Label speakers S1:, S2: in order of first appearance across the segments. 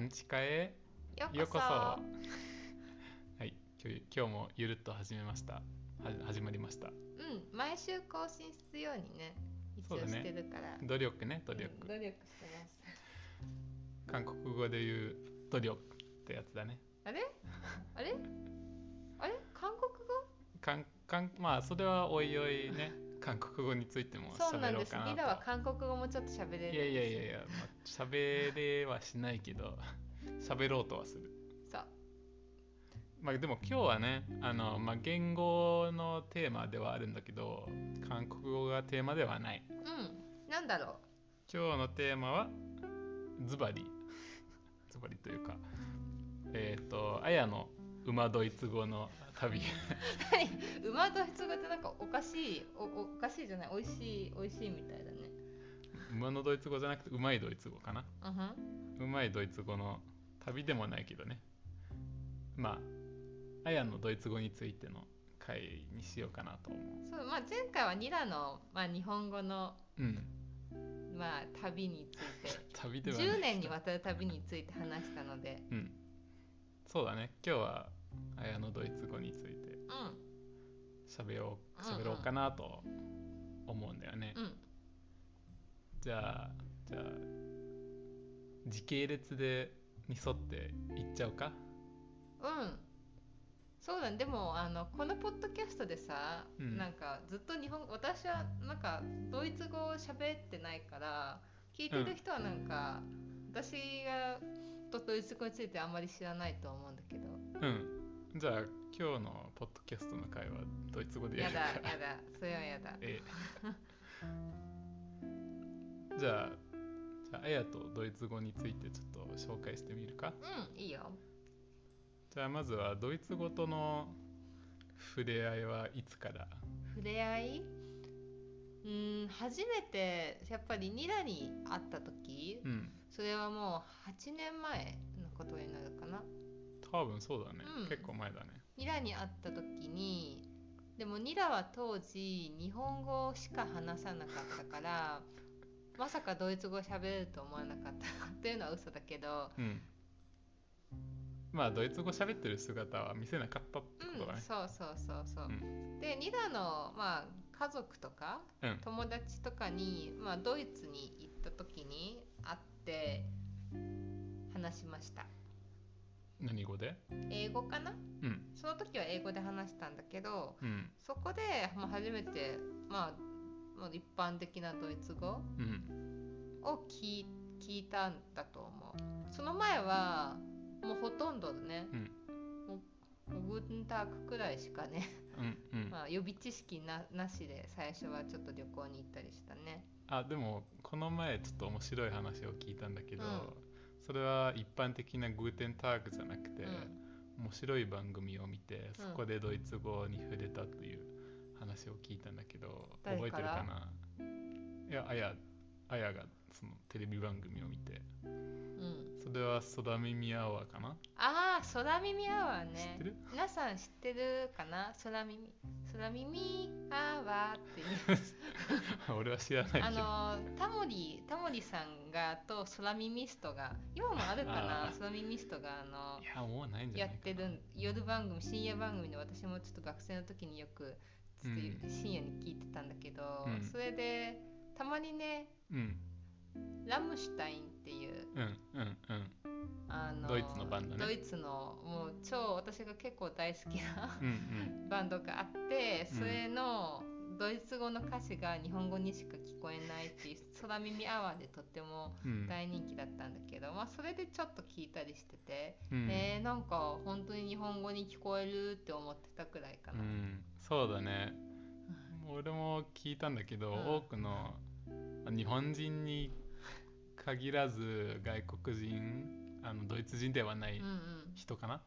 S1: ンチカへ
S2: よ
S1: ようこそ
S2: は
S1: はい今日今日もゆるっと始めましたは始まりました
S2: うん毎週更新するようにね一
S1: そう
S2: 応
S1: だね
S2: してるから、
S1: 努力ね努力、
S2: うん努力してます
S1: 韓国語で言う努力ってやつだね
S2: あれあれあれ韓国語
S1: かんかんまあそれはおいおいね韓国語についても
S2: そうな
S1: 喋
S2: ん
S1: ろう
S2: です
S1: かな
S2: リ
S1: と
S2: ラは韓国語もちょっと喋れるんです
S1: いやいやいやいや、まあ、喋れはしないけど 喋ろうとはする
S2: そう
S1: まあ、でも今日はねあの、まあ、言語のテーマではあるんだけど韓国語がテーマではない
S2: うんなんだろう
S1: 今日のテーマはズバリ ズバリというかえっ、とあやの馬ドイツ語の旅
S2: 馬ドイツ語ってなんかおかしいおおおかしいじゃない美味しい美味しいみたいだね
S1: 馬のドイツ語じゃなくてうまいドイツ語かな
S2: うんふん
S1: うまいドイツ語の旅でもないけどねまああやのドイツ語についての回にしようかなと思う
S2: そうまあ前回はニラの、まあ、日本語の、
S1: うん
S2: まあ、旅について
S1: 旅 ではない
S2: 10年にわたる旅について話したので
S1: うんそうだね今日は綾のドイツ語について
S2: う
S1: 喋ろう
S2: うんうん
S1: 喋ろうかなと思うんだよね、
S2: んうん
S1: じゃあじゃあ時系列でに沿っていっちゃうか
S2: うんそうだねでもあのこのポッドキャストでさ、
S1: うん
S2: なんかずっと日本私はなんかドイツ語を喋ってないから聞いてる人はなんか、私がとドイツ語についてあんまり知らないと思うんだけど
S1: うんじゃあ今日のポッドキャストの会はドイツ語でや
S2: や
S1: る
S2: だ
S1: か
S2: やだそれはやだ
S1: ええじゃあじゃああやとドイツ語についてちょっと紹介してみるか
S2: うんいいよ
S1: じゃあまずはドイツ語との触れ合いはいつから
S2: 触れ合いうん初めてやっぱりニラに会った時
S1: うん
S2: それはもう8年前のことになるかな
S1: 多分そうだね、
S2: うん
S1: 結構前だね
S2: ニラに会った時にでもニラは当時日本語しか話さなかったからまさかドイツ語喋れると思わなかったっていうのは嘘だけど、
S1: うんまあドイツ語喋ってる姿は見せなかったって
S2: う
S1: ことだ
S2: ん、
S1: ね
S2: そうそうそうそう、でニラの、まあ、家族とか
S1: うん
S2: 友達とかに、まあ、ドイツに行った時に会って話しました
S1: 何語で
S2: 英語かな
S1: うん
S2: その時は英語で話したんだけど
S1: うん
S2: そこで、まあ、初めて、まあ、まあ一般的なドイツ語
S1: うん
S2: を聞い聞いたんだと思うその前はもうほとんどね、
S1: うん
S2: もうもうグーテンタークくらいしかね、
S1: うんうん、
S2: まあ、予備知識ななしで最初はちょっと旅行に行ったりしたね
S1: あでもこの前ちょっと面白い話を聞いたんだけど、
S2: うん
S1: それは一般的なグーテンタークじゃなくて、
S2: うん
S1: 面白い番組を見て
S2: う
S1: そ
S2: ん
S1: こでドイツ語に触れたという話を聞いたんだけど、
S2: 誰
S1: 覚えてる
S2: から
S1: かないやあやあやがそのテレビ番組を見て
S2: うん
S1: それはソダミミアワーかな
S2: ああ空耳アワー
S1: 知
S2: ね
S1: ってる
S2: 皆さん知ってるかな空耳空耳アワーっていう
S1: 俺は知らないけど
S2: あのータモリタモリさんがと空耳ストが今もあるか
S1: あ
S2: な
S1: ー
S2: 空耳ストがあの
S1: いやもうないんじゃ
S2: や
S1: ない
S2: っ
S1: か
S2: てるん夜番組深夜番組で私もちょっと学生の時によくちょっ
S1: う
S2: と深夜に聞いてたんだけど、
S1: うん
S2: それでたまにね
S1: うん
S2: ラムシュタインっていう
S1: うんうんうん
S2: あの
S1: ドイツのバンドね
S2: ドイツのもう超私が結構大好きな
S1: うんうん
S2: バンドがあって
S1: うん
S2: それのドイツ語の歌詞が日本語にしか聞こえないっていう空耳アワーでとっても
S1: うん
S2: 大人気だったんだけど、まあ、それでちょっと聞いたりしてて。
S1: うん
S2: えー、なんか本当に日本語に聞こえるって思ってたくらいか
S1: う
S2: な。
S1: んそうだね俺も聞いたんだけど、
S2: うん
S1: 多くの日本人に限らず外国人あのドイツ人ではな
S2: う
S1: い
S2: んうん
S1: 人かな、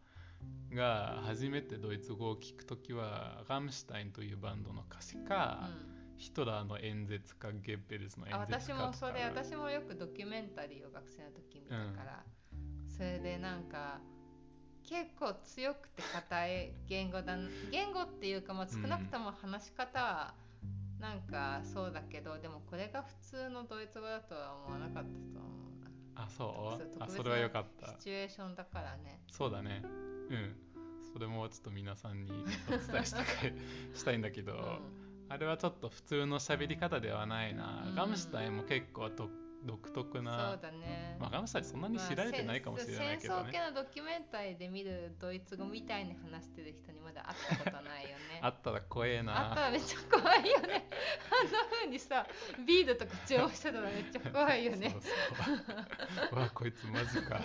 S1: が初めてドイツ語を聞くときはラムシュタインというバンドの歌詞
S2: う
S1: か、
S2: ん、
S1: ヒトラーの演説かゲッベルスの演
S2: あ
S1: 説
S2: 私
S1: か
S2: もそれ
S1: とか
S2: 私もよくドキュメンタリーを学生の時見たから、それでなんか結構強くて硬い言語だな 言語っていうか、まあ、少なくとも話し方はなんかそうだけど、でもこれが普通のドイツ語だとは思わなかったと思うな
S1: あそう
S2: 特別
S1: あそれはよかっ
S2: シ
S1: た
S2: チュエーションだからね
S1: そうだねうんそれもちょっと皆さんにお伝えしたか いしたいんだけど、
S2: うん
S1: あれはちょっと普通の喋り方ではないな、
S2: うん
S1: ガムシュタインも結構と独特な
S2: そうだね
S1: まあ、ガムシュタインそんなに知られてないかもしれないけど
S2: まあ
S1: ね
S2: 戦争系、のドキュメンタリーで見るドイツ語みたいに話してる人にまだ会ったことないよね
S1: あ、ったら怖え
S2: あっ
S1: な
S2: たらめっちゃ怖いよねあんな風にさビールとか注文してたらめっちゃ怖いよね
S1: そうそう うわこいつマジか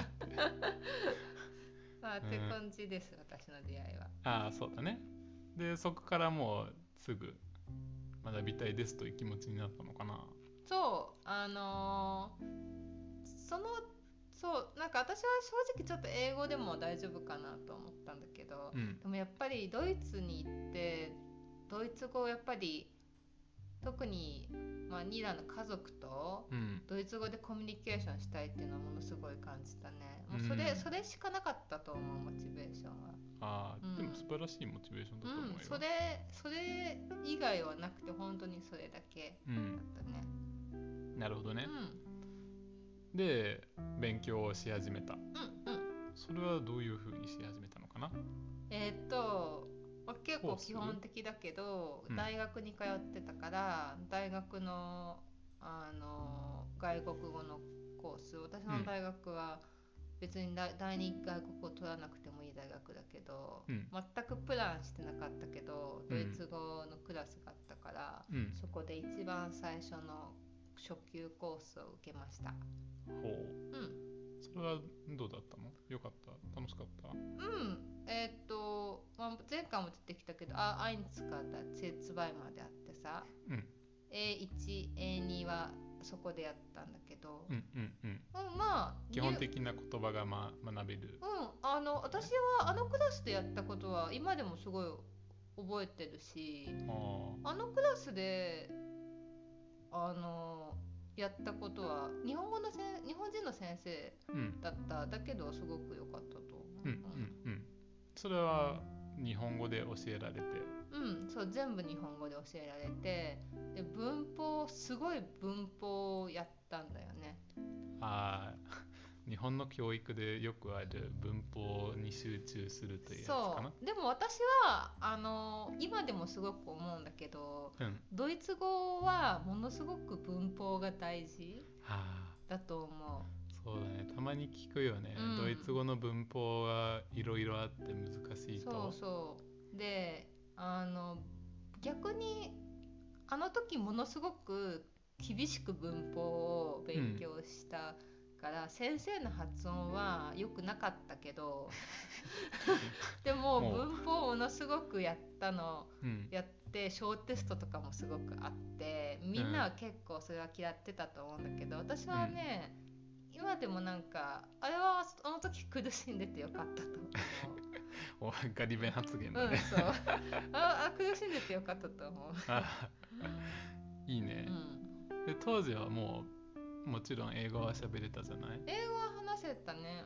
S2: まあ、
S1: ん
S2: って感じです、私の出会いは。
S1: ああそうだねでそこからもうすぐ学びたいですという気持ちになったのかな
S2: そう、あのーその、そう、なんか私は正直ちょっと英語でも大丈夫かなと思ったんだけど、
S1: うん
S2: でもやっぱりドイツに行って、ドイツ語をやっぱり、特に、まあ、ニラの家族と、
S1: うん
S2: ドイツ語でコミュニケーションしたいっていうのはものすごい感じたね。もうそ
S1: うん
S2: れ、それしかなかったと思う、モチベーションは。
S1: ああ、
S2: うん
S1: でも素晴らしいモチベーションだと思うよ
S2: うん、それ、それ以外はなくて、本当にそれだけ
S1: う
S2: だっ
S1: ん
S2: たね。
S1: なるほどね
S2: う、ん。
S1: で勉強をし始めた
S2: うんうん、
S1: それはどういうふうにし始めたのかな
S2: えーっと、まあ、結
S1: コ
S2: 構
S1: ース
S2: 基本的だけど、
S1: うん
S2: 大学に通ってたから大学のあの外国語のコース私
S1: うん
S2: の大学は別にだ第二外国語を取らなくてもいい大学だけど、
S1: うん
S2: 全くプランしてなかったけど
S1: うん
S2: ドイツ語のクラスがあったから、
S1: うん
S2: そこで一番最初の初級コースを受けました。
S1: ほう
S2: うん
S1: それはどうだったのよかった楽しかった
S2: うん、えーっと、まあ、前回も出てきたけど、あ、アインツからツェツバイまであってさ、
S1: うん
S2: A1、A2 はそこでやったんだけど、
S1: うんうんうん
S2: うん、まあ、
S1: 基本
S2: に
S1: 的な言葉が、ま、学べる
S2: うん、あの、私はあのクラスでやったことは今でもすごい覚えてるし、
S1: あー
S2: あのクラスで、あの、やったことは日本語のせん日本人の先生
S1: うん
S2: だっただけどすごく良かったと思
S1: う
S2: う。
S1: んうんうんそれは日本語で教えられて
S2: うん、そう全部日本語で教えられてで文法すごい文法をやったんだよね。
S1: あー 日本の教育でよくある文法に集中するというやつかな
S2: そうでも私はあの今でもすごく思うんだけど
S1: うん
S2: ドイツ語はものすごく文法が大事
S1: あ
S2: だと思
S1: ーそうだねたまに聞くよね、
S2: うん
S1: ドイツ語の文法はいろいろあって難し
S2: う。
S1: いと
S2: そうそうであの逆にあの時ものすごく厳しく文法を勉強したから、先生の発音は良くなかった けどでも
S1: もう
S2: 文法をものすごくやったの
S1: うん
S2: やって小テストとかもすごくあってみんなは結構それは嫌ってたと思うんだけど私はね、今でもなんかあれはあの時苦しんでてよかったと 思う。
S1: おガリ弁発言だ
S2: うん、
S1: ね、
S2: そう。 あ、あ苦しんでてよかったと思う。
S1: あー いいね、
S2: うん、
S1: で当時はもうもちろん英語は喋れたじゃない
S2: 英語は話せたね。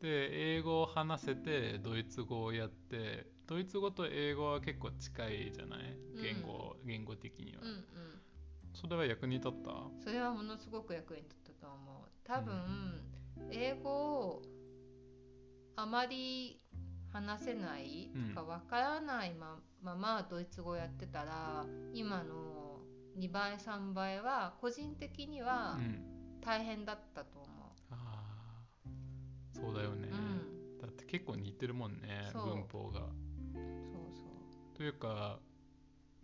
S1: で英語を話せてドイツ語をやってドイツ語と英語は結構近いじゃない
S2: うん
S1: 言語、言語的には、
S2: うん、うん、
S1: それは役に立った
S2: うん。それはものすごく役に立ったと思う。多分、英語をあまり話せない
S1: うん
S2: とかわからないまままドイツ語やってたら、今の2倍3倍は個人的には
S1: うん
S2: 大変だったと思
S1: あーそうだよね
S2: う。、うん、
S1: だって結構似てるもんね
S2: そう
S1: 文法が
S2: そうそう。
S1: というか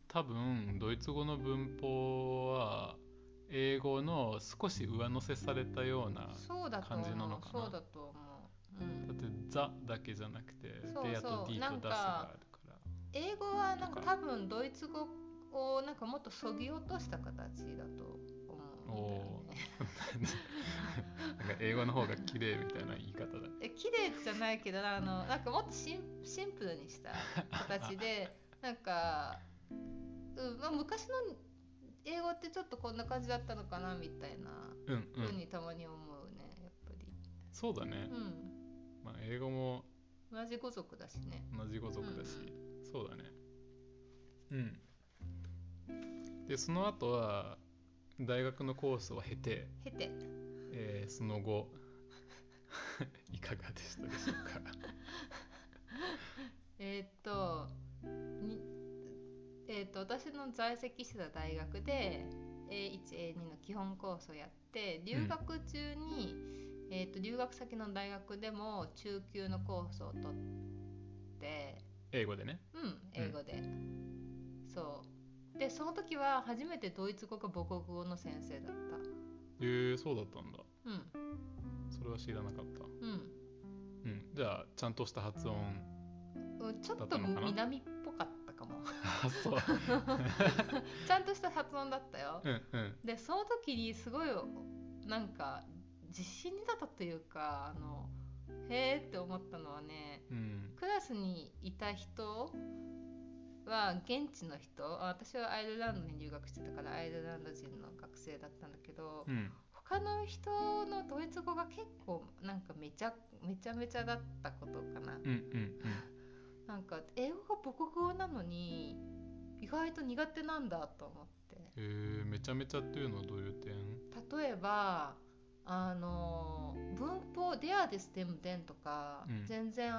S1: 多分ドイツ語の文法は英語の少し上乗せされたような
S2: そうだと
S1: 感
S2: 思
S1: じ
S2: う
S1: なのかな
S2: そうだと思う、うん
S1: だって「ザ」だけじゃなくて「
S2: そう
S1: で」あ
S2: そ
S1: と「
S2: う
S1: D」と
S2: な
S1: 「
S2: んか
S1: Das」があるから
S2: 英語はなん
S1: と
S2: か
S1: か
S2: 多分ドイツ語をなんかもっとそぎ落とした形だと思うんだよね。
S1: なんか英語の方が綺麗みたいな言い方だ
S2: え綺麗じゃないけどあのなんかもっとシンシンプルにした形で なんか、うんまあ、昔の英語ってちょっとこんな感じだったのかなみたいな
S1: うんう
S2: ふうんにたまに思うねやっぱり。
S1: そうだね
S2: う、ん
S1: まあ、英語も
S2: 同じ語族だしね。
S1: 同じ語族だし、そうだねうんでその後は大学のコースを経て
S2: へて。
S1: えーその後 いかがでしたでしょうか
S2: えーっとにえーっと私の在籍してた大学で A1A2 の基本コースをやって留学中に、えーっと留学先の大学でも中級のコースを取って
S1: 英語でね
S2: うん英語で、そうでその時は初めてドイツ語か母国語の先生だった
S1: えー、そうだったんだ
S2: うん
S1: それは知らなかった
S2: うん
S1: うんじゃあちゃんとした発音
S2: うんちょ
S1: だ
S2: っ
S1: った
S2: と
S1: のかな
S2: 南っぽかったかも
S1: あそう
S2: ちゃんとした発音だったよ
S1: うんうん
S2: でその時にすごいなんか自信になったというかあのへーって思ったのはね
S1: うん
S2: クラスにいた人は現地の人あ私はアイルランドに留学してたからアイルランド人の学生だったんだけど、
S1: うん
S2: 他の人のドイツ語が結構なんかめちゃめちゃめちゃだったことかな
S1: うんうん
S2: なんか英語が母国語なのに意外と苦手なんだと思って
S1: うんえー、めちゃめちゃっていうのはどういう点
S2: 例えばあの文法「デアですでもでん」とか、
S1: うん
S2: 全然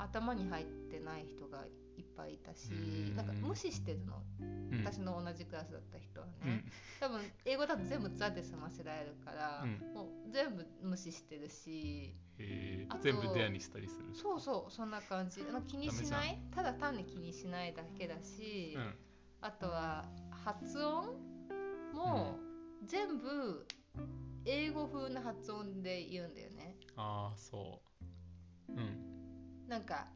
S2: 頭に入ってない人がいっぱいいたし
S1: うーん
S2: なんか無視してるの
S1: うん
S2: 私の同じクラスだった人はね、
S1: うん
S2: 多分英語だと全部「ザ」で済ませられるから、
S1: うん
S2: もう全部無視してるし
S1: え
S2: あ
S1: ー、
S2: と
S1: 全部デアにしたりする
S2: そうそうそんな感じあの気にしないただ単に気にしないだけだし、
S1: うん
S2: あとは発音も全部英語風な発音で言うんだよね
S1: ああそううん
S2: なんか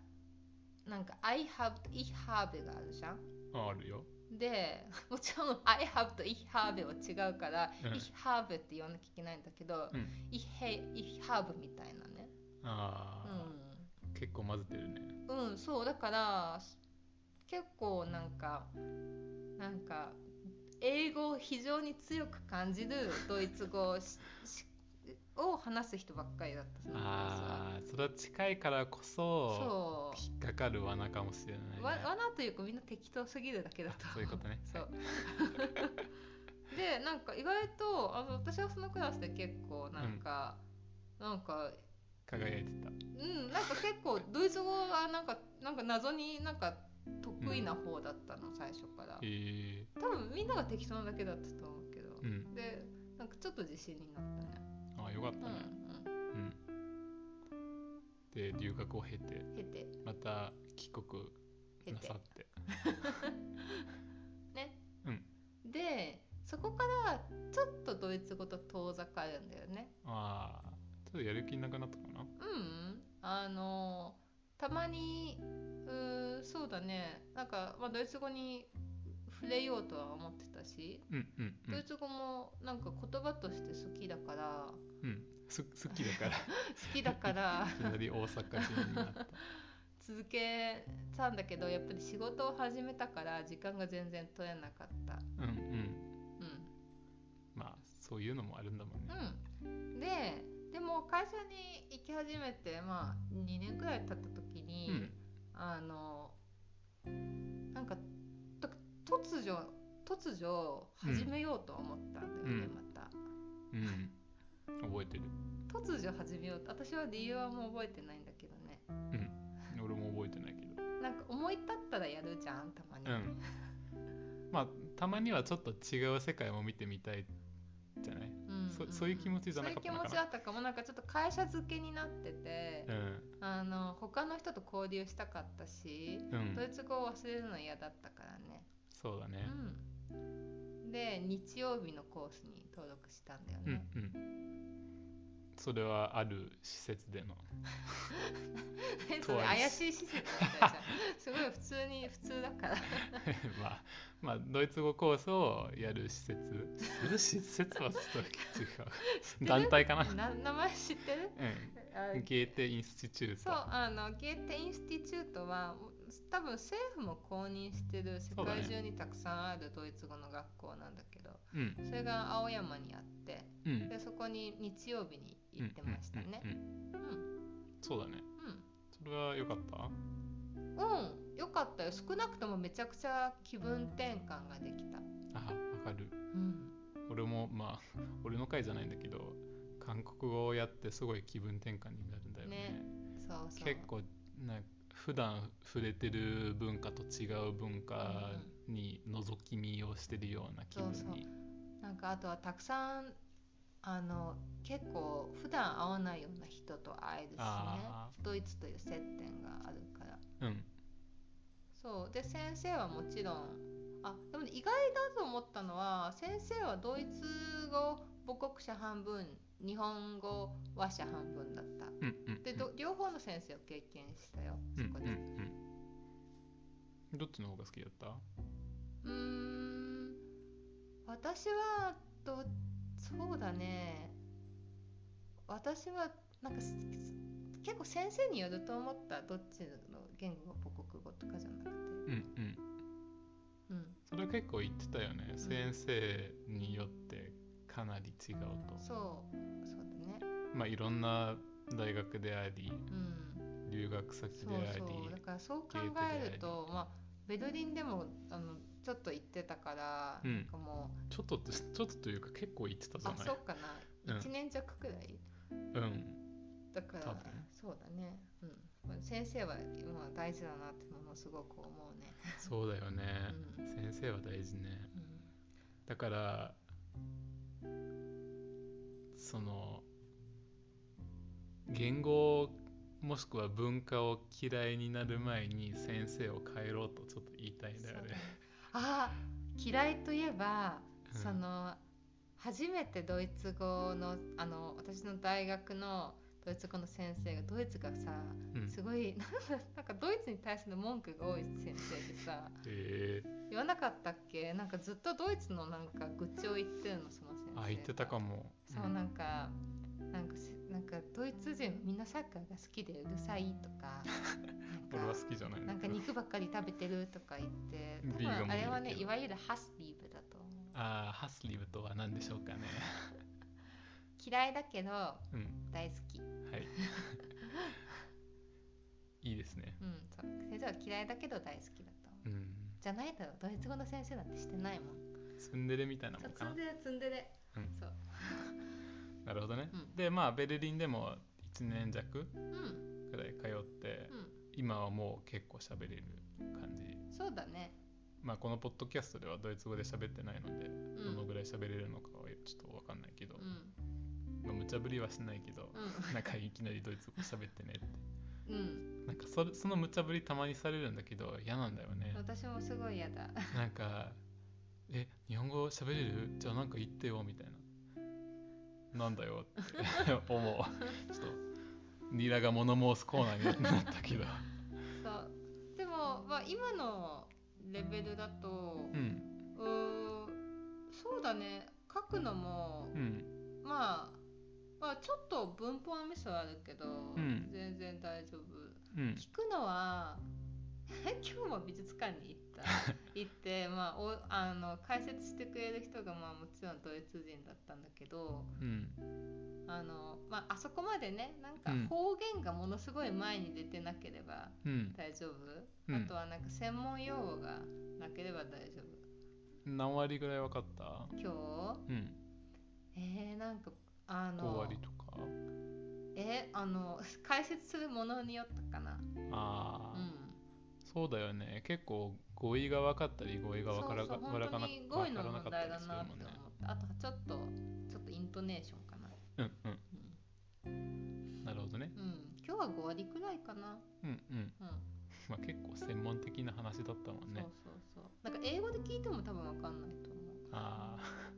S2: なんか I have と I have があるじゃん
S1: ああるよ、
S2: でもちろん I have と I have は違うから、
S1: うん
S2: I have って言わなきゃいけないんだけど、
S1: うん
S2: I, he- I have みたいなね
S1: ああ、結構混ぜてるね
S2: うん、うん、そうだから結構なんかなんか英語を非常に強く感じるドイツ語をししを話す人ばっかりだったそのクラスは
S1: ああそれは近いからこそ
S2: そう
S1: 引っかかる罠かもしれないね、
S2: わ罠というかみんな適当すぎるだけだと
S1: そういうことね
S2: そうでなんか意外とあの私はそのクラスで結構なんか、なんか
S1: 輝いてた
S2: うんなんか結構ドイツ語はなんかなんか謎になんか得意な方だったの、最初から
S1: えー、
S2: 多分みんなが適当なだけだったと思うけど、
S1: うん
S2: でなんかちょっと自信になったね
S1: ああよかった
S2: う
S1: ね
S2: ん
S1: うん、で留学を経て
S2: うん経て
S1: また帰国
S2: 経
S1: な
S2: て
S1: さって
S2: ね、
S1: うん
S2: でそこからちょっとドイツ語と遠ざかるんだよね
S1: ああちょっとやる気なくなったかな
S2: うんうんあのたまにうーそうだねなんか、まあ、ドイツ語に触れようとは思ってたし、
S1: うんうんう
S2: ドイ
S1: ん、
S2: ツ語もなんか言葉として好きだから
S1: うん、す好きだから い
S2: 好きだから
S1: きなり大阪人にな った
S2: 続けたんだけどやっぱり仕事を始めたから時間が全然取れなかった。
S1: うんうん
S2: うん
S1: まあそういうのもあるんだもんね
S2: うん、ででも会社に行き始めて、まあ、2年くらい経った時に、
S1: うん
S2: あのなんかと突如突如
S1: うん
S2: 始めようと思ったんだよね、
S1: うん
S2: また
S1: うん覚えてる
S2: 突如始めようと私は理由はもう覚えてないんだけどね
S1: 俺も覚えてないけど
S2: なんか思い立ったらやるじゃんたまに、
S1: うんまあたまにはちょっと違う世界も見てみたいじゃない
S2: うん
S1: そそういう気持ちじゃなかった
S2: そう
S1: の
S2: いう
S1: か
S2: 気
S1: な
S2: 持ちだったかもなんかちょっと会社付けになってて、
S1: うん
S2: あの他の人と交流したかったし
S1: うん
S2: ドイツ語を忘れるの嫌だったからね、
S1: そうだね
S2: うん、で日曜日のコースに登録したんだよ
S1: うん
S2: ね、
S1: うんそれはある施設での
S2: それ怪しい施設だっ たじゃんすごい普通に普通だから
S1: まあまあドイツ語コースをやる施設施設はちょっと違う団体かな
S2: な名前知ってる
S1: う
S2: あ
S1: んゲーテインスティチュー
S2: そう
S1: ト
S2: あのゲーテインスティチュートは多分政府も公認してる世
S1: そうだね
S2: 界中にたくさんあるドイツ語の学校なんだけど
S1: うん
S2: それが青山にあって
S1: うん
S2: でそこに日曜日に行ってましたね
S1: うんうんうん
S2: うん
S1: そうだねそれは良かった
S2: うん、うん、よかったよ少なくともめちゃくちゃ気分転換ができた
S1: あわかる
S2: うん
S1: 俺もまあ俺の回じゃないんだけど考韓国語をやってすごい気分転換になるんだよね
S2: ねそうそう
S1: 結構な普段触れてる文化と違う文化に覗き見をしてるような気分に
S2: そうそうなんかあとはたくさんあの結構普段会わないような人と会えるしね
S1: あ
S2: ドイツという接点があるから
S1: うん
S2: そうで先生はもちろんあでも意外だと思ったのは先生はドイツ語母国者半分日本語話者半分だった
S1: うんうん
S2: でど両方の先生を経験したよ
S1: うん
S2: そこで
S1: うんうんどっちの方が好きだった
S2: うーん私はどそうだね私はなんかすす結構先生によると思ったどっちの言語が母国語とかじゃなくて
S1: うんうん
S2: うん
S1: それ結構言ってたよね、先生によってかなり違うと
S2: そうそうだね
S1: まあいろんな大学であり
S2: うん
S1: 留学先
S2: そ
S1: で
S2: う
S1: あり
S2: そうだからそう考
S1: ゲートであり
S2: えるとまあベルリンでもあのちょっと行ってたから、
S1: うん
S2: なんかも
S1: ちょっととちょっとというか結構言ってた
S2: う
S1: じゃ
S2: あ
S1: ない
S2: そうか
S1: うん
S2: な1年弱くらい、
S1: うん
S2: だから
S1: 多分
S2: そうだね、うんまあ、先生は今大事だなってものすごく思うね、
S1: そうだよね、
S2: うん
S1: 先生は大事ね
S2: う
S1: だからその言語もしくは文化を嫌いになる前に先生を変えろとちょっと言いたいん
S2: ん、
S1: だよ
S2: そう
S1: ね。
S2: あー嫌いといえば、
S1: うん
S2: その初めてドイツ語のあの私の大学のドイツ語の先生がドイツがさ
S1: うん
S2: すごいなんかなんかドイツに対する文句が多い先生でさ
S1: え
S2: 言わなかったっけなんかずっとドイツのなんか愚痴を言ってるのその先
S1: ー
S2: 生
S1: あ言ってた
S2: が
S1: かも。
S2: そうなんか、なんかせなんかドイツ人はみんなサッカーが好きでうるさいと か
S1: うん俺
S2: な
S1: は
S2: んか
S1: 好きじゃないんだ
S2: なんか
S1: けど
S2: 肉ばっかり食べてるとか言って多
S1: ビーガンもいる
S2: 分あれはね
S1: けど
S2: いわゆるハスリーブだと思う
S1: あーハスリブとは何でしょう かね。
S2: 嫌いだけど
S1: うん
S2: 大好き、うん、
S1: はい。いいですね。
S2: そう先生は嫌いだけど大好きだと思う
S1: うん。
S2: じゃないだろドイツ語の先生なんてしてないもん
S1: ツンデレみたいな
S2: そ
S1: もん
S2: う
S1: か
S2: ツ
S1: な
S2: ン。デレツンデレ、
S1: うん
S2: そう
S1: なるほどね。
S2: うん
S1: でまあベルリンでも1年弱
S2: うん
S1: くらい通って
S2: う、ん
S1: 今はもう結構喋れる感じ。
S2: そうだね
S1: まあこのポッドキャストではドイツ語で喋ってないので、
S2: うん
S1: どのぐらい喋れるのかはちょっとわかんないけど、
S2: うん
S1: まあ無茶ぶりはしないけど、
S2: う
S1: なんかいきなりドイツ語喋ってねって。
S2: んうん
S1: なんかそれその無茶ぶりたまにされるんだけど嫌なんだよね。
S2: 私もすごい嫌だ
S1: なんか「え日本語喋れるじゃあなんか言ってよ」みたいな「なんだよ」って 思うちょっとニラが物申すコーナーになったけど
S2: そうでも、まあ、今のレベルだと
S1: うん
S2: うーんそうだね書くのも、
S1: うん
S2: まあ、まあちょっと文法のミスはあるけど、
S1: ん
S2: 全然大丈夫
S1: うん
S2: 聞くのは 今日も美術館 に行った行って、まあ、おあの解説してくれる人が、まあ、もちろんドイツ人だったんだけど
S1: うん
S2: あの、まあ、あそこまでねなんか
S1: うん
S2: 方言がものすごい前に出てなければ
S1: うん
S2: 大丈夫、
S1: うん
S2: あとはなんか専門用語がなければ大丈夫
S1: 何割ぐらい分かった
S2: 今
S1: う
S2: 日
S1: ん
S2: えー、なんかあ
S1: 5
S2: の
S1: 割とか
S2: えあの 解説するものによったかな
S1: あ
S2: う
S1: あ、
S2: ん
S1: そうだよね結構語彙が分かったり語彙が分から
S2: そう
S1: か
S2: そう
S1: 分からな
S2: 本当に語彙
S1: 分
S2: の
S1: からなかった
S2: 問題だ
S1: り
S2: なっ
S1: す
S2: て
S1: る
S2: 思っ
S1: もんね
S2: たあとはちょっとちょっとイントネーションかな
S1: うんうん
S2: う
S1: なるほどね
S2: ん、うん、今日は5割くらいかな
S1: うんうん
S2: うん、
S1: まあ結構専門的な話だったもんね
S2: そうそうそうなんか英語で聞いても多分わかんないと思
S1: ああ、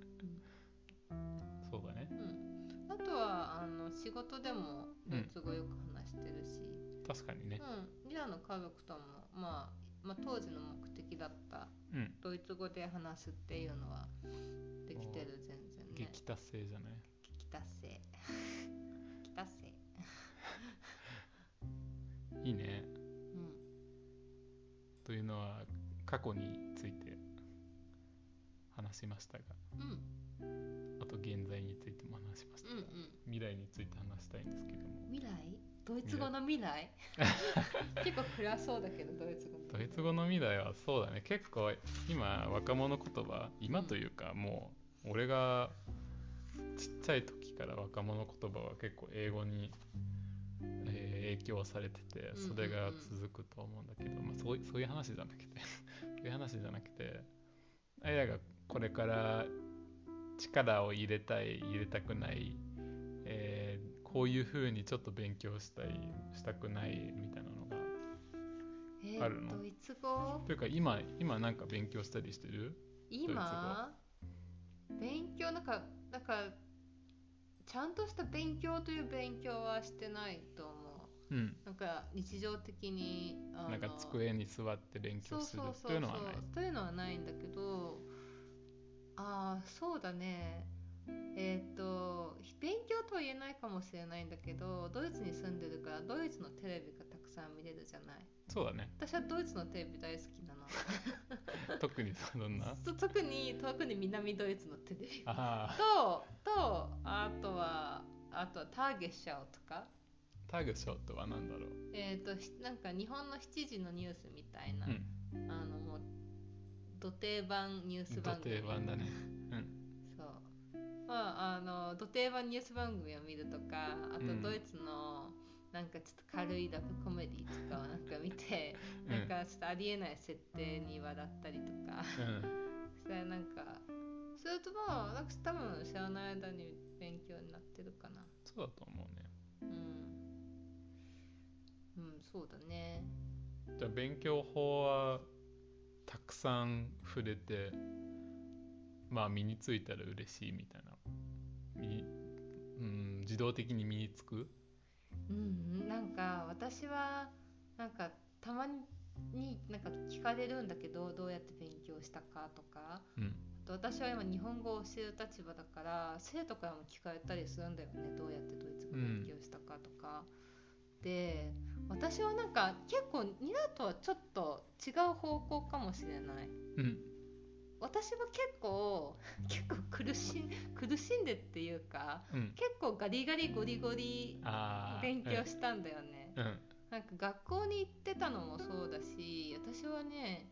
S1: そうだね。
S2: ううんあとはあの仕事でもドイツ語よく話してるし、
S1: 確かにね。
S2: うん、リラの家族とも、まあ、まあ当時の目的だった
S1: うん。
S2: ドイツ語で話すっていうのはできてる全然ね
S1: 激達成じゃない。
S2: 激達 成激達成
S1: いいね。
S2: うん
S1: というのは、過去について話しましたが、
S2: うん
S1: あと現在についても話しました
S2: うん
S1: が、
S2: う
S1: 未来について話したいんですけども
S2: ん。未来ドイツ語の未来 結構暗そうだけどドイツ語の
S1: ドイツ
S2: 語
S1: 語の未来はそうだね結構今若者言葉今というかもう俺がちっちゃい時から若者言葉は結構英語に、えー影響されてて
S2: うんうんうん
S1: それが続くと思うんだけど、まあ、そういそういう話じゃなくて そういう話じゃなくてあやがこれから力を入れたい入れたくない、えーこういうふうにちょっと勉強したいしたくないみたいなのが
S2: えー
S1: あるの
S2: ドイツ語
S1: というか今今なんか勉強したりしてる
S2: 今勉強なんかなんかちゃんとした勉強という勉強はしてないと思う
S1: うん
S2: なんか日常的にあの
S1: なんか机に座って勉強するというのはない
S2: というのはないんだけどああそうだねえーっ、と勉強とは言えないかもしれないんだけどドイツに住んでるからドイツのテレビがたくさん見れるじゃない
S1: そうだね
S2: 私はドイツのテレビ大好きなの
S1: 特にそん な
S2: と特に特に南ドイツのテレビ
S1: ああ
S2: ととあとはあとはターゲッシャオとか
S1: タグショットは何だろう
S2: えっ、とひなんか日本の7時のニュースみたいな、
S1: うん
S2: あのもう土定番ニュース
S1: 土
S2: 番組
S1: 定番だね
S2: そうまああの土定番ニュース番組を見るとかあ
S1: うん
S2: とドイツの、なんかちょっと軽いラブコメディとかをなんか見て、
S1: う
S2: なん
S1: ん
S2: かちょっとありえない設定に笑ったりとか
S1: うん
S2: それなんかそれとまあなんか多分知らない間に勉強になってるかな
S1: そうだと思うね
S2: うん、うん、そうだね。
S1: じゃあ勉強法はたくさん触れてまあ身についたら嬉しいみたいな身にうん自動的に身につく
S2: うん、なんか私はなんかたまになんか聞かれるんだけどどうやって勉強したかとか
S1: うん
S2: あと私は今日本語を教える立場だから生徒からも聞かれたりするんだよねどうやってドイツ語勉強したかとか。で私はなんか結構ニラとはちょっと違う方向かもしれない。
S1: うん
S2: 私は結構 結構苦しん苦しんでっていうか
S1: うん
S2: 結構ガリガリゴリゴリ
S1: ああ
S2: 勉強したんだよね、
S1: うん
S2: なんか学校に行ってたのもそうだし私はね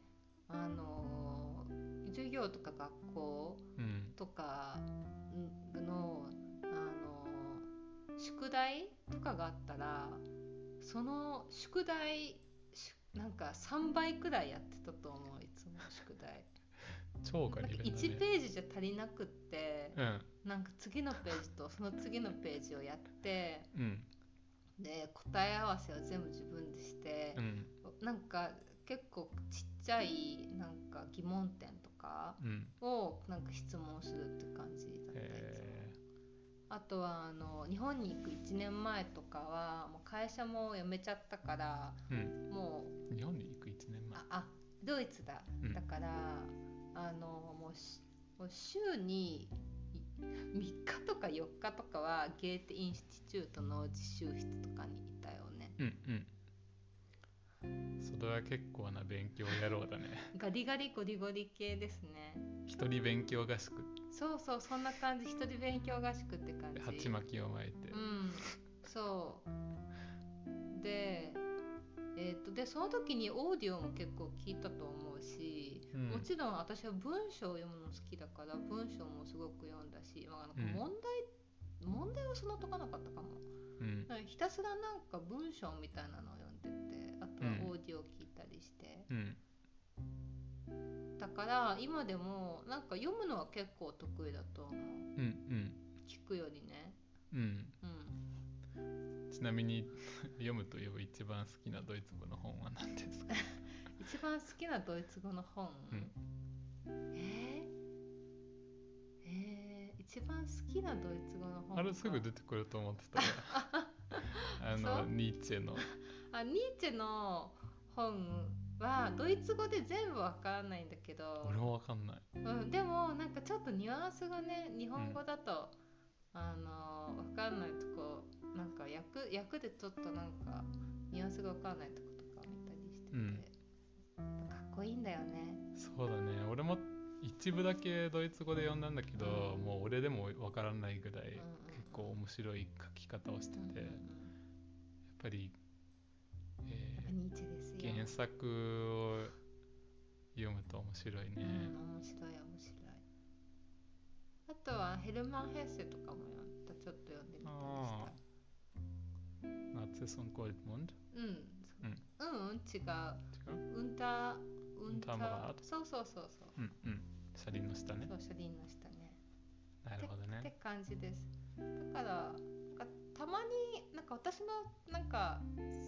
S2: あのー授業とか学校
S1: うん
S2: とかのあのー宿題とかがあったらその宿題しなんか3倍くらいやってたと思ういつも宿題
S1: 超ガリガリだ
S2: 1
S1: ね
S2: ページじゃ足りなくって
S1: うん
S2: なんか次のページとその次のページをやって
S1: うん
S2: で答え合わせを全部自分でして
S1: う、ん
S2: なんか結構ちっちゃいなんか疑問点とか
S1: うん
S2: をなんか質問するって感じだったいつも
S1: え
S2: あとはあの日本に行く1年前とかはもう会社も辞めちゃったから
S1: ーうん
S2: もう
S1: 日本に行く1年前
S2: ああドイツだ
S1: うん
S2: だから、あのもうしもう週に3日とか4日とかはゲーテインスティチュートの実習室とかにいたよね
S1: うんうんそれは結構な勉強野郎だね
S2: ガリガリゴリゴリ系ですね
S1: 一人勉強合宿
S2: そうそうそんな感じ一人勉強合宿って感
S1: で
S2: じ
S1: 鉢巻きを巻いて
S2: うんそうでえー、とでその時にオーディオも結構聞いたと思うし、
S1: うん
S2: もちろん私は文章を読むの好きだから文章もすごく読んだし、まあ、なんか
S1: うん
S2: 問題、問題はそんな解かなかったかも
S1: うん
S2: なんかひたすらなんか文章みたいなのを読んでてあとは
S1: うん
S2: オーディオを聞いたりして、
S1: うん
S2: だから今でもなんか読むのは結構得意だと思う
S1: うん
S2: 聞くよりね
S1: うん
S2: うん
S1: うんちなみに 読むといえば一番好きなドイツ語の本は何です か
S2: 一番好きなドイツ語の本、
S1: うん
S2: えー、えー、一番好きなドイツ語の本か
S1: あれすぐ出てくると思ってたら あ
S2: そ
S1: の
S2: う
S1: ニーチェの
S2: あニーチェの本はドイツ語で全部わからないんだけど、
S1: 俺もわかんない
S2: うん、でもなんかちょっとニュアンスがね日本語だと、あのわかんないとこなんか役役でちょっとなんかニュアンスがわかんないとことか見たりしてて、
S1: うん
S2: かっこいいんだよね
S1: そうだね俺も一部だけドイツ語で読んだんだけどもう俺でもわからないぐらい
S2: うんうん
S1: 結構面白い書き方をして
S2: うんうん
S1: て
S2: うん
S1: やっぱりえ
S2: やっぱ
S1: ー
S2: ニーチェですよ
S1: 原作を読むと面白いね
S2: うん、面白い面白いああとはヘルマン・ヘッセとかもやったちょっと読んでみたりし
S1: Narzis und Goldmund.
S2: たうんそうんうん違う
S1: Tja.
S2: ウンターウンタ
S1: ウンターモラ
S2: ー
S1: ート
S2: そうそうそうそう
S1: Mm -mm. 車輪の下ね
S2: そう書輪の下ね
S1: なるほど
S2: って
S1: ね
S2: 感じですだからなんかたまになんか私のなんか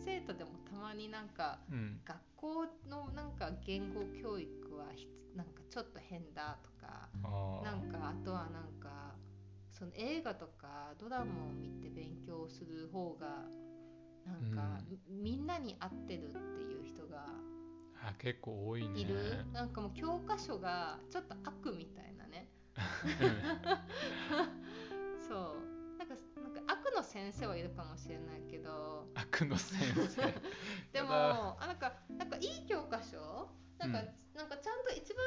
S2: 生徒でもたまになんか
S1: うん
S2: 学校のなんか言語教育はひつなんかちょっと変だとか
S1: ああ
S2: なんかあとはなんかその映画とかドラマを見て勉強する方がなんか、みみんなに合ってるっていう人が
S1: あ結構多いね
S2: いる、なんかもう教科書がちょっと悪みたいなね そうなんかなんか悪の先生はいるかもしれないけど
S1: 悪の先 生
S2: で
S1: や
S2: も
S1: だ
S2: あなんかなんかいい教科書なんか、なんかちゃんと一番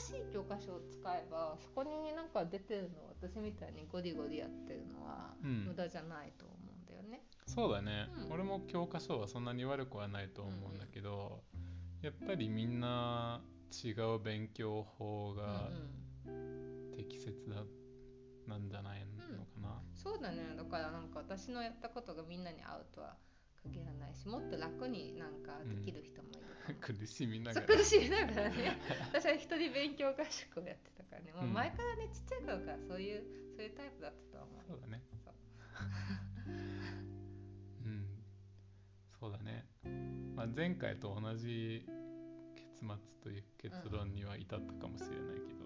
S2: 新しい教科書を使えばそこになんか出てるの私みたいにゴリゴリやってるのは
S1: うん
S2: 無駄じゃないと思うんだよね。
S1: そうだね、
S2: うん
S1: 俺も教科書はそんなに悪くはないと思うんだけど、やっぱりみんな違う勉強法
S2: うん
S1: が
S2: うん
S1: 適切だなんじゃないのかな、
S2: そうだねだからなんか私のやったことがみんなに合うとは限らないしもっと楽になんかできる人もいるかも
S1: 苦しみな
S2: そ
S1: が
S2: う
S1: ら
S2: 苦しみながらね私は一人勉強合宿をやってたからねもう
S1: うん
S2: 前からねちっちゃい頃からそういうそういうタイプだったと思
S1: そうだね
S2: そう
S1: うんそうだね、まあ、前回と同じ結末という結論には至ったかもしれないけど、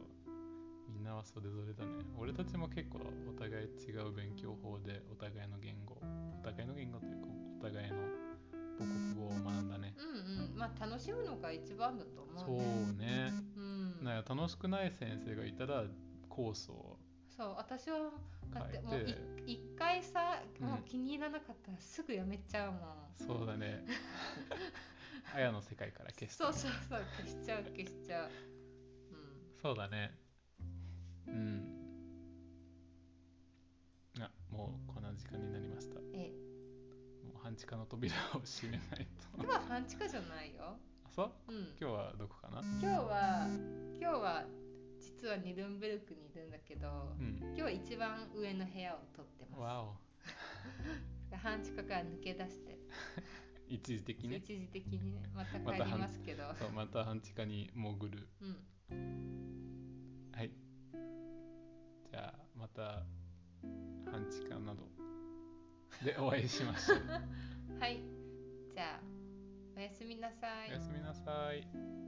S1: みんなはそれぞれだね俺たちも結構お互い違う勉強法でお互いの言語お互いの言語というかお互いの母国語を学んだね
S2: ううんうんまあ楽しむのが一番だと
S1: そ
S2: 思う
S1: う
S2: ね
S1: ね
S2: うん
S1: なんか楽しくない先生がいたらコースを
S2: そう私はだっても
S1: 変
S2: う
S1: えて
S2: い一回さ
S1: うん
S2: もう気に入らなかったらすぐやめちゃうもん、
S1: そうだね綾の世界から消した
S2: そ
S1: ね
S2: うそうそう消しちゃう消しちゃう
S1: そうだね。うん。あ、もうこんな時間になりました。も
S2: うんえ
S1: う半地下の扉を閉めない と。
S2: 今日は半地下じゃないよ
S1: あ、そう
S2: うん
S1: 今日はどこかな
S2: 今日は今日は実はニルンベルクにいるんだけど、
S1: うん。
S2: 今日は一番上の部屋を取ってま
S1: わお。
S2: す半地下から抜け出して
S1: 一時的
S2: 一
S1: ね。
S2: 時的にねまた
S1: ま
S2: 帰
S1: た
S2: りますけど、
S1: そう、また半地下に潜る。
S2: うん
S1: はい。じゃあ、また半地下などでお会いしましょう。
S2: はいじゃあおやすみなさい
S1: おやすみなさい。